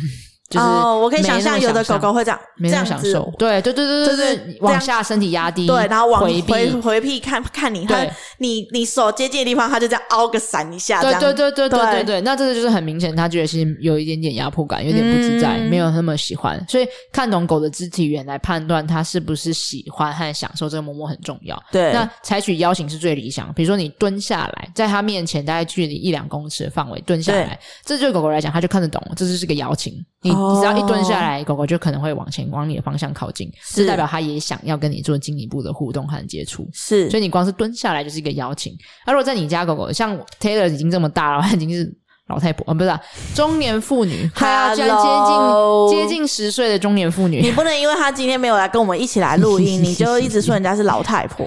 Speaker 1: 就是
Speaker 2: 哦，我可以
Speaker 1: 没那
Speaker 2: 想
Speaker 1: 么
Speaker 2: 象有的狗狗会这样
Speaker 1: 没
Speaker 2: 这
Speaker 1: 那
Speaker 2: 样
Speaker 1: 么享受
Speaker 2: 子，，
Speaker 1: 对对对对
Speaker 2: 就
Speaker 1: 对，
Speaker 2: 是
Speaker 1: 对
Speaker 2: 这
Speaker 1: 往
Speaker 2: 样
Speaker 1: 下身体压低，
Speaker 2: 对，然后往
Speaker 1: 回避，
Speaker 2: 回回避看看你，它
Speaker 1: 对
Speaker 2: 你你手接近的地方，它就这样凹个闪一下，这
Speaker 1: 对
Speaker 2: 样
Speaker 1: 对对对对
Speaker 2: 对
Speaker 1: 对对，那这个就是很明显，他觉得其实有一点点压迫感，有点不自在，
Speaker 2: 嗯
Speaker 1: 没有那么喜欢。所以看懂狗的肢体语言来判断它是不是喜欢和享受这个摸摸很重要。
Speaker 2: 对
Speaker 1: 那采取邀请是最理想，比如说你蹲下来，在它面前大概距离一两公尺的范围蹲下来，这对狗狗来讲，它就看得懂，这就是个邀请。你
Speaker 2: 哦
Speaker 1: 你只要一蹲下来，狗狗就可能会往前往你的方向靠近，
Speaker 2: 是
Speaker 1: 这代表它也想要跟你做进一步的互动和接触。
Speaker 2: 是
Speaker 1: 所以你光是蹲下来就是一个邀请。那、如果在你家狗狗，像 Taylor 已经这么大了， 它已经是老太婆，啊、不是、啊、中年妇女，快要将接
Speaker 2: Hello
Speaker 1: 近接近十岁的中年妇
Speaker 2: 你
Speaker 1: 女。
Speaker 2: 不能因为它今天没有来跟我们一起来录音，你就一直说人家是老太 婆，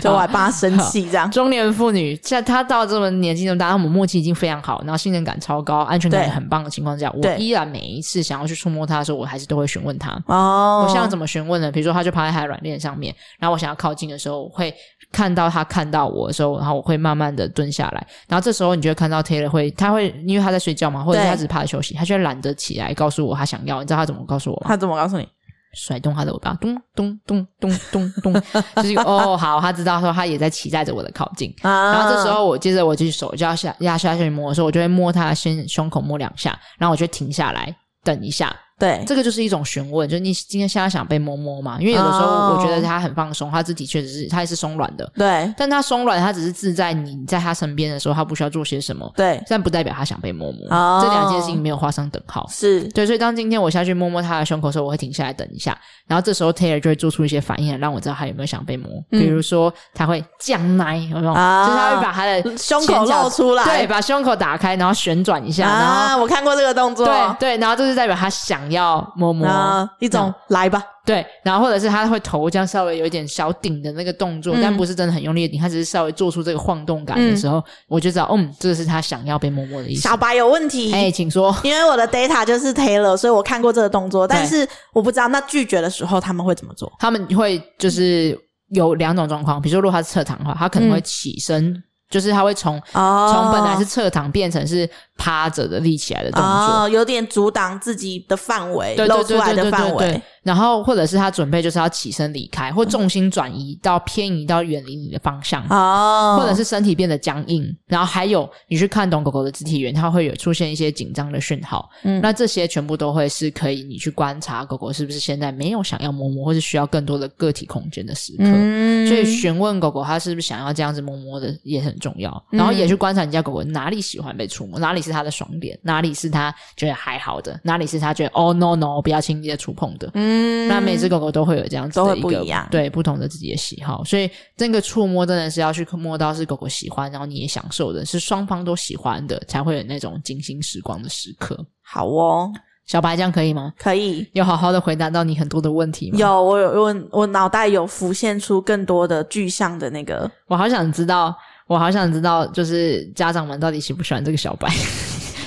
Speaker 2: 就我还帮它生气这 样。
Speaker 1: 中年妇女，像她到这么年纪这么大，我们默契已经非常好，然后信任感超高，安全感也
Speaker 2: 对
Speaker 1: 很棒的情况下，我
Speaker 2: 对
Speaker 1: 依然每一次想要去触摸她的时候，我还是都会询问她。
Speaker 2: 哦，
Speaker 1: 我现在怎么询问呢？比如说，他就趴在他的软垫上面，然后我想要靠近的时候，我会看到他看到我的时候，然后我会慢慢的蹲下来，然后这时候你就会看到 Taylor 会，他会因为他在睡觉嘛，或者是
Speaker 2: 对
Speaker 1: 他只是趴着休息，他就会懒得起来告诉我他想要，你知道他怎么告诉我吗？
Speaker 2: 他怎么告诉你？
Speaker 1: 甩动他的尾巴，咚咚咚咚咚咚， 就是一个哦好，他知道说他也在期待着我的靠近。
Speaker 2: 啊
Speaker 1: 然后这时候我接着我就手就要下压下去摸的时候，我就会摸他的先胸口摸两下，然后我就停下来等一下，
Speaker 2: 对
Speaker 1: 这个就是一种询问，就是你今天现在想被摸摸嘛？因为有的时候
Speaker 2: 哦
Speaker 1: 我觉得它很放松，它肢体确实是它也是松软的，
Speaker 2: 对
Speaker 1: 但它松软，它只是自在你在它身边的时候，它不需要做些什么，
Speaker 2: 对
Speaker 1: 但不代表它想被摸摸。
Speaker 2: 哦
Speaker 1: 这两件事情没有画上等号。
Speaker 2: 是，
Speaker 1: 对，所以当今天我下去摸摸它的胸口的时候，我会停下来等一下，然后这时候 Taylor 就会做出一些反应，让我知道它有没有想被摸。
Speaker 2: 嗯
Speaker 1: 比如说，它会降奶，有没有？
Speaker 2: 啊
Speaker 1: 就是它会把它的
Speaker 2: 胸口
Speaker 1: 前脚
Speaker 2: 露出来啊
Speaker 1: 对，把胸口打开，然后旋转一下，然后
Speaker 2: 啊，我看过这个动作，
Speaker 1: 对对，然后这是代表他想想要摸摸，
Speaker 2: 那一
Speaker 1: 嗯
Speaker 2: 种来吧，
Speaker 1: 对，然后或者是他会头这样稍微有一点小顶的那个动作，
Speaker 2: 嗯
Speaker 1: 但不是真的很用力的顶，他只是稍微做出这个晃动感的时候，我就知道，嗯，这是他想要被摸摸的意思
Speaker 2: 小。白有问题。
Speaker 1: 哎，请说。
Speaker 2: 因为我的 data 就是 Taylor，所以我看过这个动作，
Speaker 1: 对
Speaker 2: 但是我不知道那拒绝的时候他们会怎么做。
Speaker 1: 他们会就是有两种状况，比如说如果他是侧躺的话，他可能会起身，就是他会从
Speaker 2: 嗯哦
Speaker 1: 从本来是侧躺变成是趴着的立起来的动作。
Speaker 2: 哦，有点阻挡自己的范围，
Speaker 1: 对
Speaker 2: 露
Speaker 1: 对
Speaker 2: 出
Speaker 1: 对
Speaker 2: 来
Speaker 1: 对
Speaker 2: 的
Speaker 1: 对
Speaker 2: 范
Speaker 1: 对
Speaker 2: 围
Speaker 1: 对。，然后或者是他准备就是要起身离开，或重心转移到偏移到远离你的方向，
Speaker 2: 哦，
Speaker 1: 或者是身体变得僵硬，然后还有你去看懂狗狗的肢体语言，它会有出现一些紧张的讯号。
Speaker 2: 嗯
Speaker 1: 那这些全部都会是可以你去观察狗狗是不是现在没有想要摸摸，或是需要更多的个体空间的时刻。
Speaker 2: 嗯
Speaker 1: 所以询问狗狗它是不是想要这样子摸摸的也很重要，
Speaker 2: 嗯
Speaker 1: 然后也去观察你家狗狗哪里喜欢被触摸，哪里是它的爽点，哪里是它觉得还好的，哪里是它觉得哦 no no 不要轻易的触碰的。
Speaker 2: 嗯
Speaker 1: 那每只狗狗都会有这样子的
Speaker 2: 都会
Speaker 1: 个
Speaker 2: 不一样
Speaker 1: 对不同的自己的喜好，所以这个触摸真的是要去摸到是狗狗喜欢，然后你也享受的，是双方都喜欢的，才会有那种精心时光的时刻。
Speaker 2: 好哦，
Speaker 1: 小白这样可以吗？
Speaker 2: 可以。
Speaker 1: 有好好的回答到你很多的问题吗？，
Speaker 2: 有我有我我脑袋有浮现出更多的具象的那个，
Speaker 1: 我好想知道，我好想知道，就是家长们到底喜不喜欢这个小白？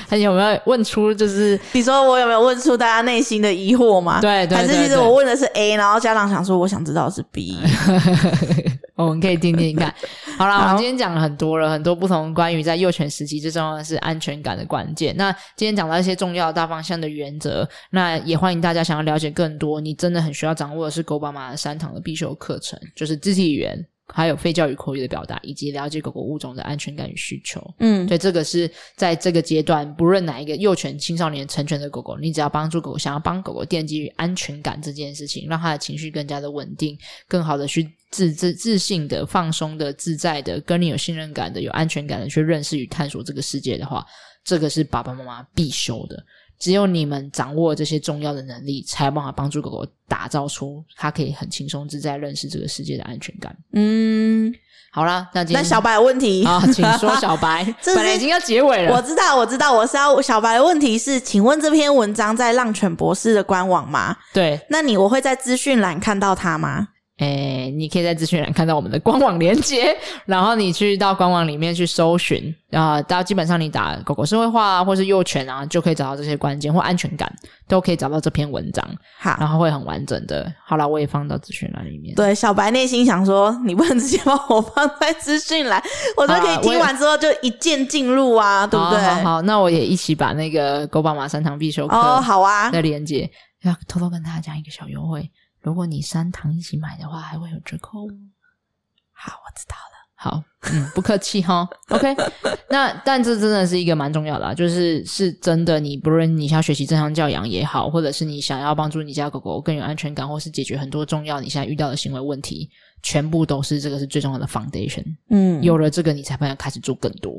Speaker 1: 还有没有问出就是
Speaker 2: 你说我有没有问出大家内心的疑惑吗？
Speaker 1: 对对
Speaker 2: 还是
Speaker 1: 对
Speaker 2: 其实
Speaker 1: 对
Speaker 2: 我问的是 A，然后家长想说我想知道的是 B，
Speaker 1: 我哦们可以听听看。好啦，我
Speaker 2: 好
Speaker 1: 们今天讲了很多了，很多不同关于在幼犬时期最重要的是安全感的关键。那今天讲到一些重要的大方向的原则，那也欢迎大家想要了解更多，你真的很需要掌握的是狗爸妈的三堂的必修课程，就是肢体语言。还有非教育口语的表达，以及了解狗狗物种的安全感与需求。
Speaker 2: 嗯，
Speaker 1: 对，这个是在这个阶段，不论哪一个幼犬、青少年、成犬的狗狗，你只要帮助狗狗，想要帮狗狗奠基于安全感这件事情，让它的情绪更加的稳定，更好的去自自自信的、放松的、自在的，跟你有信任感的、有安全感的去认识与探索这个世界的话，这个是爸爸妈妈必修的。只有你们掌握这些重要的能力，才有办法帮助狗狗打造出它可以很轻松自在认识这个世界的安全感。
Speaker 2: 嗯，
Speaker 1: 好啦，那今
Speaker 2: 那
Speaker 1: 天
Speaker 2: 小白有问题，
Speaker 1: 啊，请说小白
Speaker 2: 这
Speaker 1: 本来
Speaker 2: 是
Speaker 1: 已经要结尾了，
Speaker 2: 我知道，我知道，我是要小白的问题是，请问这篇文章在浪犬博士的官网吗？
Speaker 1: 对，
Speaker 2: 那你我会在资讯栏看到它吗？
Speaker 1: 诶，你可以在资讯栏看到我们的官网连接，然后你去到官网里面去搜寻，啊，大家基本上你打狗狗社会化啊，或是幼犬啊，就可以找到这些关键或安全感，都可以找到这篇文章，
Speaker 2: 好，
Speaker 1: 然后会很完整的。好啦，我也放到资讯栏里面。
Speaker 2: 对，小白内心想说，你不能直接把我放在资讯 栏，我就可以
Speaker 1: 啊我
Speaker 2: 听
Speaker 1: 也
Speaker 2: 完之后就一键进入啊，对不对？
Speaker 1: 好好好，那我也一起把那个狗爸马三堂必修课
Speaker 2: 哦，好啊，
Speaker 1: 的连接，要偷偷跟大家讲一个小优惠，如果你三堂一起买的话，还会有折扣哦。
Speaker 2: 好，我知道了。
Speaker 1: 好，嗯，不客气哈。OK，那但这真的是一个蛮重要的、啊，就是是真的，你不论你想学习正向教养也好，或者是你想要帮助你家狗狗更有安全感，或是解决很多重要你现在遇到的行为问题，全部都是这个是最重要的 foundation。
Speaker 2: 嗯，
Speaker 1: 有了这个，你才能开始做更多。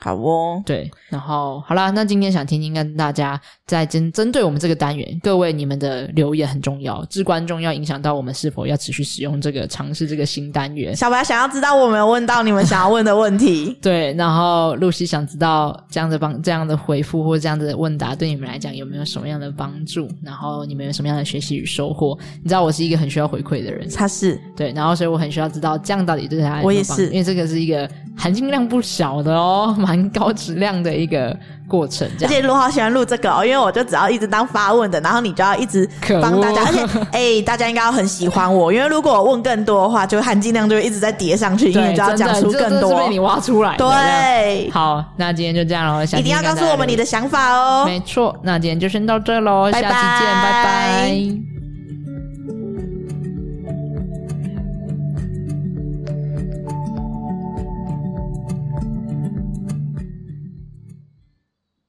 Speaker 2: 好哦，
Speaker 1: 对，然后好啦，那今天想听听看大家在针针对我们这个单元，各位你们的留言很重要，至关重要，影响到我们是否要持续使用这个尝试这个新单元。
Speaker 2: 小白想要知道我有没有问到你们想要问的问题。
Speaker 1: 对，然后露西想知道这样的帮这样的回复或这样的问答对你们来讲有没有什么样的帮助，然后你们有什么样的学习与收获？你知道我是一个很需要回馈的 人，
Speaker 2: 他是
Speaker 1: 对，然后所以我很需要知道这样到底对他有没有
Speaker 2: 我也
Speaker 1: 帮助
Speaker 2: 是
Speaker 1: 因为这个是一个含金量不小的哦， 蛮高质量的一个过程，这
Speaker 2: 而
Speaker 1: 样。
Speaker 2: 且罗好喜欢录这个哦，因为我就只要一直当发问的，然后你就要一直
Speaker 1: 可
Speaker 2: 帮大家，
Speaker 1: 恶
Speaker 2: 而且 哎、大家应该要很喜欢我，因为如果我问更多的话，就含金量就会一直在叠上去，因为
Speaker 1: 对，
Speaker 2: 你就要
Speaker 1: 真
Speaker 2: 讲
Speaker 1: 的，
Speaker 2: 出
Speaker 1: 这
Speaker 2: 更
Speaker 1: 这是
Speaker 2: 多
Speaker 1: 被。你挖出来的。这样
Speaker 2: 对，
Speaker 1: 好，那今天就这样了，想
Speaker 2: 一定要
Speaker 1: 听听
Speaker 2: 告
Speaker 1: 看大
Speaker 2: 诉
Speaker 1: 家
Speaker 2: 我们你的想法哦。
Speaker 1: 没错，那今天就先到这喽，
Speaker 2: 拜
Speaker 1: 下期见，
Speaker 2: 拜
Speaker 1: 拜拜